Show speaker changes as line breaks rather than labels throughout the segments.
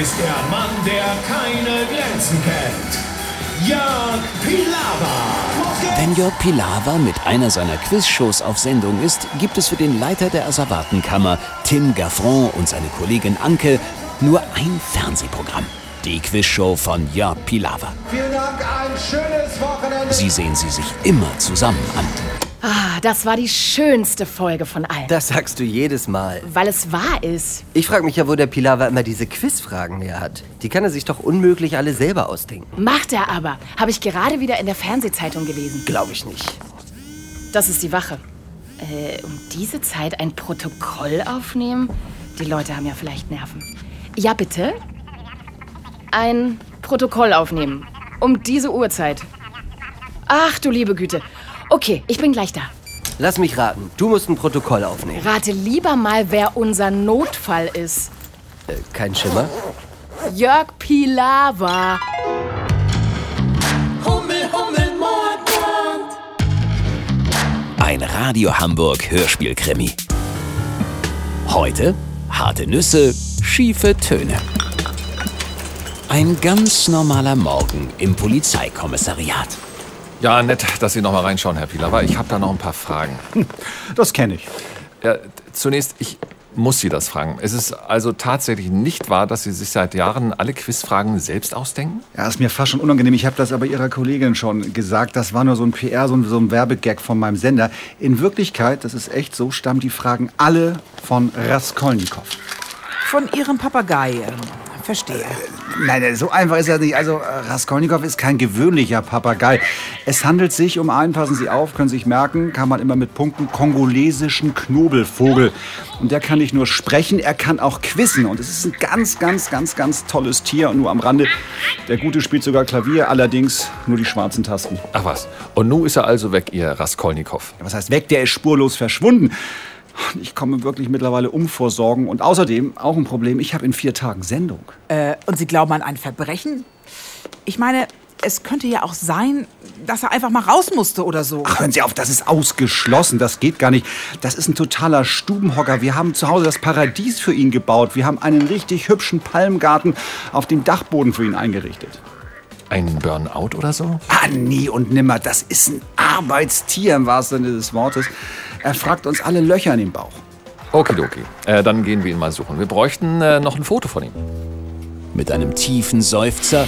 ist der Mann, der keine Grenzen kennt. Jörg Pilawa.
Wenn Jörg Pilawa mit einer seiner Quizshows auf Sendung ist, gibt es für den Leiter der Asservatenkammer, Tim Gaffron und seine Kollegin Anke, nur ein Fernsehprogramm. Die Quizshow von Jörg Pilawa.
Vielen Dank, ein schönes Wochenende.
Sie sehen sie sich immer zusammen an.
Ah, das war die schönste Folge von allen.
Das sagst du jedes Mal.
weil es wahr ist.
Ich frage mich ja, wo der Pilawa immer diese Quizfragen her hat. Die kann er sich doch unmöglich alle selber ausdenken.
Macht er aber. Habe ich gerade wieder in der Fernsehzeitung gelesen.
Glaube ich nicht.
Das ist die Wache. Äh, um diese Zeit ein Protokoll aufnehmen? Die Leute haben ja vielleicht Nerven. Ja, bitte? Ein Protokoll aufnehmen. Um diese Uhrzeit. Ach du liebe Güte. Okay, ich bin gleich da.
Lass mich raten. Du musst ein Protokoll aufnehmen.
Rate lieber mal, wer unser Notfall ist.
Äh, kein Schimmer.
Jörg Pilawa.
Ein Radio Hamburg Hörspielkrimi. Heute harte Nüsse, schiefe Töne. Ein ganz normaler Morgen im Polizeikommissariat.
Ja, nett, dass Sie noch mal reinschauen, Herr Pilawa. Ich habe da noch ein paar Fragen.
Das kenne ich.
Ja, t- zunächst, ich muss Sie das fragen. Es ist also tatsächlich nicht wahr, dass Sie sich seit Jahren alle Quizfragen selbst ausdenken?
Ja, ist mir fast schon unangenehm. Ich habe das aber Ihrer Kollegin schon gesagt. Das war nur so ein PR, so ein, so ein Werbegag von meinem Sender. In Wirklichkeit, das ist echt so, stammen die Fragen alle von Raskolnikow.
Von Ihrem Papagei. Verstehe.
Nein, nein, so einfach ist das nicht. Also, äh, Raskolnikow ist kein gewöhnlicher Papagei. Es handelt sich um einen, passen Sie auf, können Sie sich merken, kann man immer mit Punkten, kongolesischen Knobelvogel. Und der kann nicht nur sprechen, er kann auch quissen. Und es ist ein ganz, ganz, ganz, ganz tolles Tier. Und nur am Rande, der Gute spielt sogar Klavier, allerdings nur die schwarzen Tasten.
Ach was. Und nun ist er also weg, Ihr Raskolnikow.
Ja, Was heißt weg? Der ist spurlos verschwunden. Und Ich komme wirklich mittlerweile um vor Sorgen. Und außerdem, auch ein Problem, ich habe in vier Tagen Sendung.
Äh, und Sie glauben an ein Verbrechen? Ich meine, es könnte ja auch sein, dass er einfach mal raus musste oder so.
Ach, hören Sie auf, das ist ausgeschlossen, das geht gar nicht. Das ist ein totaler Stubenhocker. Wir haben zu Hause das Paradies für ihn gebaut. Wir haben einen richtig hübschen Palmgarten auf dem Dachboden für ihn eingerichtet.
Ein Burnout oder so?
Ah, nie und nimmer, das ist ein Arbeitstier im wahrsten Sinne des Wortes. Er fragt uns alle Löcher in den Bauch.
Okidoki. Äh, dann gehen wir ihn mal suchen. Wir bräuchten äh, noch ein Foto von ihm.
Mit einem tiefen Seufzer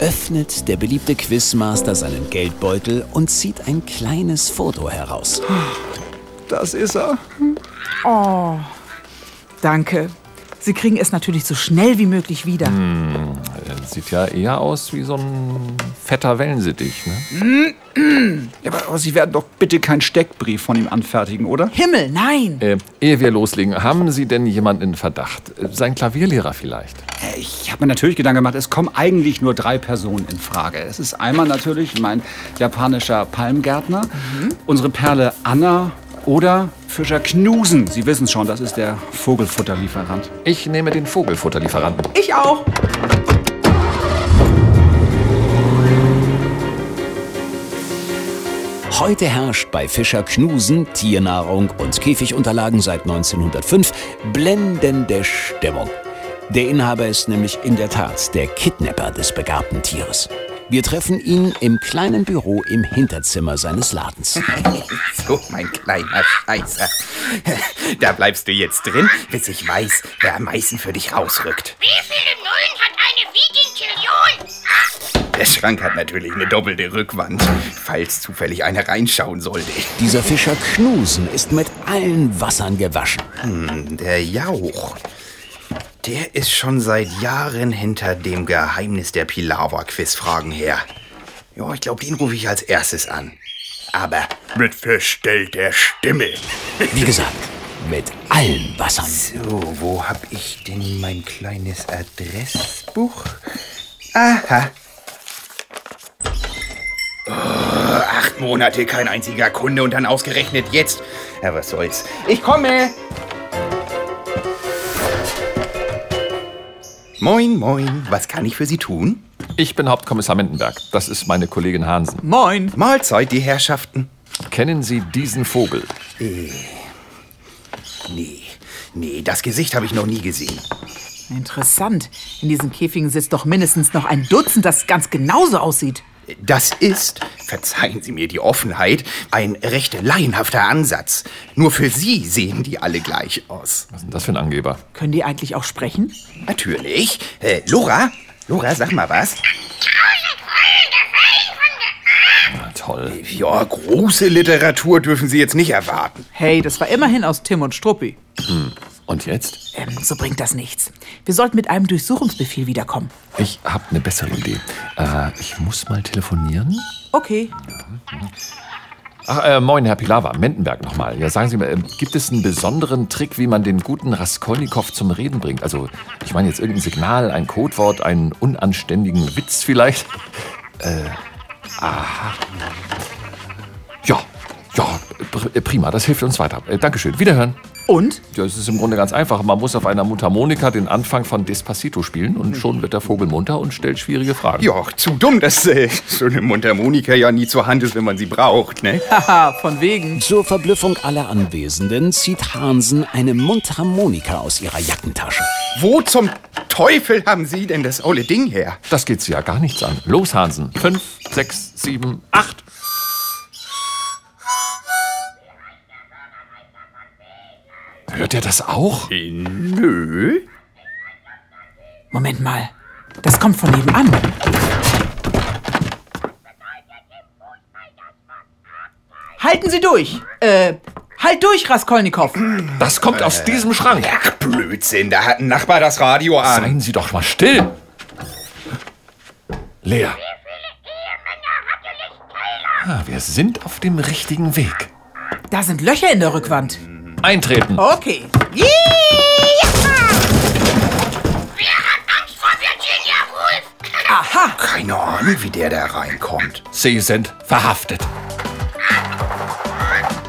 öffnet der beliebte Quizmaster seinen Geldbeutel und zieht ein kleines Foto heraus.
Das ist er.
Oh, danke. Sie kriegen es natürlich so schnell wie möglich wieder.
Äh, sieht ja eher aus wie so ein fetter Wellensittich, ne?
Ja, aber, aber Sie werden doch bitte keinen Steckbrief von ihm anfertigen, oder?
Himmel, nein.
Äh, ehe wir loslegen, haben Sie denn jemanden in Verdacht? Äh, Sein Klavierlehrer vielleicht?
Ich habe mir natürlich Gedanken gemacht, es kommen eigentlich nur drei Personen in Frage. Es ist einmal natürlich mein japanischer Palmgärtner,
Mhm.
unsere Perle Anna oder Fischer Knusen. Sie wissen es schon, das ist der Vogelfutterlieferant.
Ich nehme den Vogelfutterlieferanten.
Ich auch.
Heute herrscht bei Fischer Knusen, Tiernahrung und Käfigunterlagen seit 1905 blendende Stimmung. Der Inhaber ist nämlich in der Tat der Kidnapper des begabten Tieres. Wir treffen ihn im kleinen Büro im Hinterzimmer seines Ladens.
So, mein kleiner Scheißer. Da bleibst du jetzt drin, bis ich weiß, wer am meisten für dich rausrückt.
Wie viele Nullen hat eine Vigintillion?
Der Schrank hat natürlich eine doppelte Rückwand, falls zufällig einer reinschauen sollte.
Dieser Fischer Knusen ist mit allen Wassern gewaschen.
Der Jauch. Der ist schon seit Jahren hinter dem Geheimnis der Pilawa-Quizfragen her. Ja, ich glaube, den rufe ich als erstes an. Aber mit verstellter Stimme.
Wie gesagt, mit allen Wassern.
So, wo hab ich denn mein kleines Adressbuch? Aha. Oh, acht Monate, kein einziger Kunde und dann ausgerechnet jetzt. Ja, was soll's. Ich komme! Moin, moin. Was kann ich für Sie tun?
Ich bin Hauptkommissar Mindenberg. Das ist meine Kollegin Hansen.
Moin.
Mahlzeit, die Herrschaften.
Kennen Sie diesen Vogel?
Nee, nee, das Gesicht habe ich noch nie gesehen.
Interessant. In diesen Käfigen sitzt doch mindestens noch ein Dutzend, das ganz genauso aussieht.
Das ist, verzeihen Sie mir die Offenheit, ein recht laienhafter Ansatz. Nur für Sie sehen die alle gleich aus. Was
ist denn das für ein Angeber?
Können die eigentlich auch sprechen?
Natürlich. Äh, Laura? Laura, sag mal was.
Na Ah, toll.
Ja, große Literatur dürfen Sie jetzt nicht erwarten.
Hey, das war immerhin aus Tim und Struppi.
Und jetzt?
Ähm, so bringt das nichts. Wir sollten mit einem Durchsuchungsbefehl wiederkommen.
Ich habe eine bessere Idee. Äh, ich muss mal telefonieren.
Okay.
Ach, äh, moin, Herr Pilawa, Mendenberg nochmal. Ja, sagen Sie mal, äh, gibt es einen besonderen Trick, wie man den guten Raskolnikow zum Reden bringt? Also, ich meine jetzt irgendein Signal, ein Codewort, einen unanständigen Witz vielleicht? Äh, aha. Ja, ja, pr äh, prima, das hilft uns weiter. Äh, Dankeschön, wiederhören.
Und?
Ja, es ist im Grunde ganz einfach. Man muss auf einer Mundharmonika den Anfang von Despacito spielen und schon wird der Vogel munter und stellt schwierige Fragen.
Ja, zu dumm, dass äh, so eine Mundharmonika ja nie zur Hand ist, wenn man sie braucht, ne?
Haha, Ah, von wegen.
Zur Verblüffung aller Anwesenden zieht Hansen eine Mundharmonika aus ihrer Jackentasche.
Wo zum Teufel haben Sie denn das olle Ding her?
Das geht sie ja gar nichts an. Los, Hansen. Fünf, sechs, sieben, acht. Hört ihr das auch?
Nö.
Moment mal. Das kommt von nebenan. Halten Sie durch. Äh, halt durch, Raskolnikow.
Das kommt aus diesem Schrank.
Ach, Blödsinn, da hat ein Nachbar das Radio an.
Seien Sie doch mal still. Lea. Ah, wir sind auf dem richtigen Weg.
Da sind Löcher in der Rückwand.
Eintreten.
Okay. Yee!
Wer hat Angst vor Virginia Woolf?
Aha.
Keine Ahnung, wie der da reinkommt.
Sie sind verhaftet.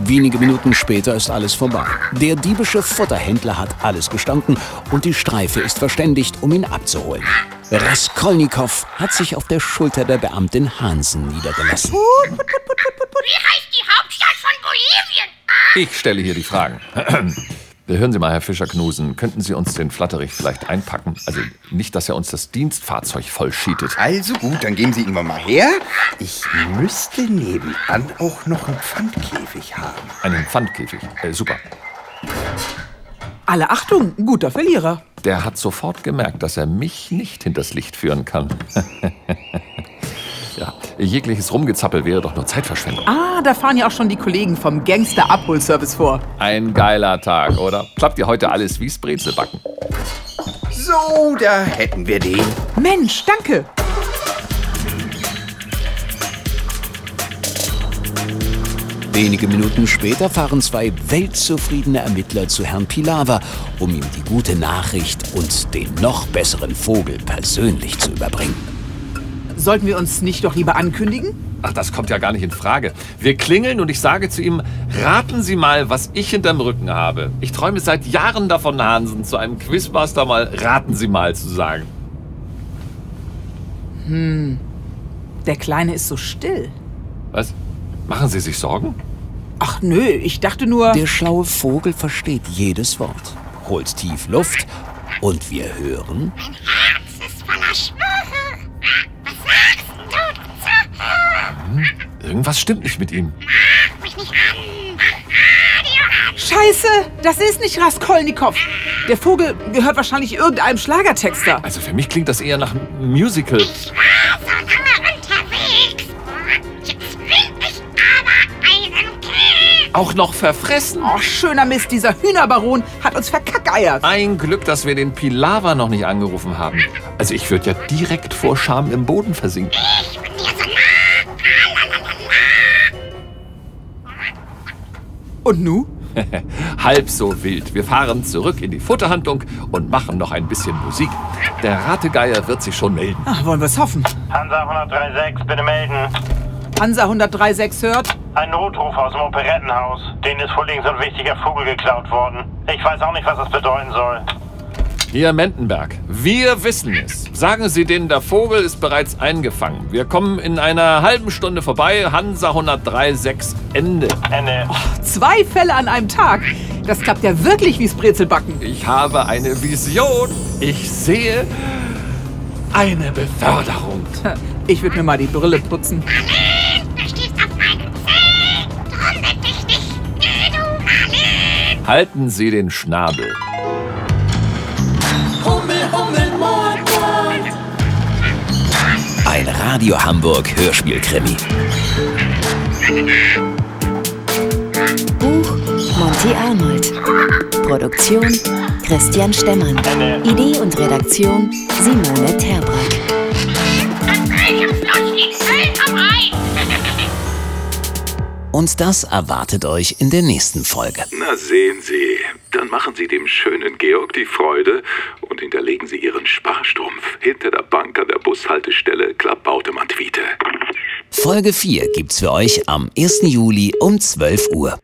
Wenige Minuten später ist alles vorbei. Der diebische Futterhändler hat alles gestanden und die Streife ist verständigt, um ihn abzuholen. Raskolnikow hat sich auf der Schulter der Beamtin Hansen niedergelassen.
Wie heißt die Hauptstadt von Bolivien?
Ich stelle hier die Fragen. Hören Sie mal, Herr Fischer-Knusen, könnten Sie uns den Flatterich vielleicht einpacken? Also nicht, dass er uns das Dienstfahrzeug vollschietet.
Also gut, dann geben Sie ihn mal her. Ich müsste nebenan auch noch einen Pfandkäfig haben.
Einen Pfandkäfig. Äh, super.
Alle Achtung, ein guter Verlierer.
Der hat sofort gemerkt, dass er mich nicht hinters Licht führen kann. ja, jegliches Rumgezappel wäre doch nur Zeitverschwendung.
Ah, da fahren ja auch schon die Kollegen vom Gangster-Abholservice vor.
Ein geiler Tag, oder? Klappt ihr heute alles wie's Brezelbacken?
So, da hätten wir den.
Mensch, danke.
Wenige Minuten später fahren zwei weltzufriedene Ermittler zu Herrn Pilawa, um ihm die gute Nachricht und den noch besseren Vogel persönlich zu überbringen.
Sollten wir uns nicht doch lieber ankündigen?
Ach, das kommt ja gar nicht in Frage. Wir klingeln und ich sage zu ihm, raten Sie mal, was ich hinterm Rücken habe. Ich träume seit Jahren davon, Hansen, zu einem Quizmaster mal raten Sie mal zu sagen.
Der Kleine ist so still.
Was? Machen Sie sich Sorgen?
Ach nö, ich dachte nur.
Der schlaue Vogel versteht jedes Wort, holt tief Luft und wir hören.
Mein Herz ist voller Schwüre. Was sagst du?
Irgendwas stimmt nicht mit ihm.
Mach mich nicht an. Radio an.
Scheiße, das ist nicht Raskolnikow. Der Vogel gehört wahrscheinlich irgendeinem Schlagertexter.
Also für mich klingt das eher nach einem Musical.
Ich war so also, lange unterwegs. Jetzt will ich aber einen Kill.
Auch noch verfressen.
Oh, schöner Mist, dieser Hühnerbaron hat uns verkackeiert.
Ein Glück, dass wir den Pilawa noch nicht angerufen haben. Also ich würde ja direkt vor Scham im Boden versinken.
Ich bin dir so nah. Lalalala.
Und nu?
Halb so wild. Wir fahren zurück in die Futterhandlung und machen noch ein bisschen Musik. Der Rategeier wird sich schon melden.
Ach, Ah, wollen wir es hoffen.
Hansa 1036, bitte melden.
Hansa 1036 hört.
Ein Notruf aus dem Operettenhaus. Denen ist vor links ein wichtiger Vogel geklaut worden. Ich weiß auch nicht, was das bedeuten soll.
Hier, Mendenberg, wir wissen es. Sagen Sie denen, der Vogel ist bereits eingefangen. Wir kommen in einer halben Stunde vorbei. Hansa 1036 Ende.
Ende.
Zwei Fälle an einem Tag. Das klappt ja wirklich wie's Brezelbacken.
Ich habe eine Vision. Ich sehe eine Beförderung.
Ich würde mir mal die Brille putzen.
Du stehst auf meinen Zehen. Trommel dich nicht. Geh du, Marlene.
Halten Sie den Schnabel.
Hummel, Hummel, Mord, Mord.
Ein Radio Hamburg Hörspielkrimi.
Buch Monty Arnold. Produktion Christian Stemmann. Idee und Redaktion Simone Terbrack.
An welchem Fluss liegt Köln am Rhein?
Und das erwartet euch in der nächsten Folge.
Na sehen Sie, dann machen Sie dem schönen Georg die Freude und hinterlegen Sie Ihren Sparstrumpf hinter der Bank an der Bushaltestelle Klappbautemann-Twiete.
Folge 4 gibt's für euch am 1. Juli um 12 Uhr.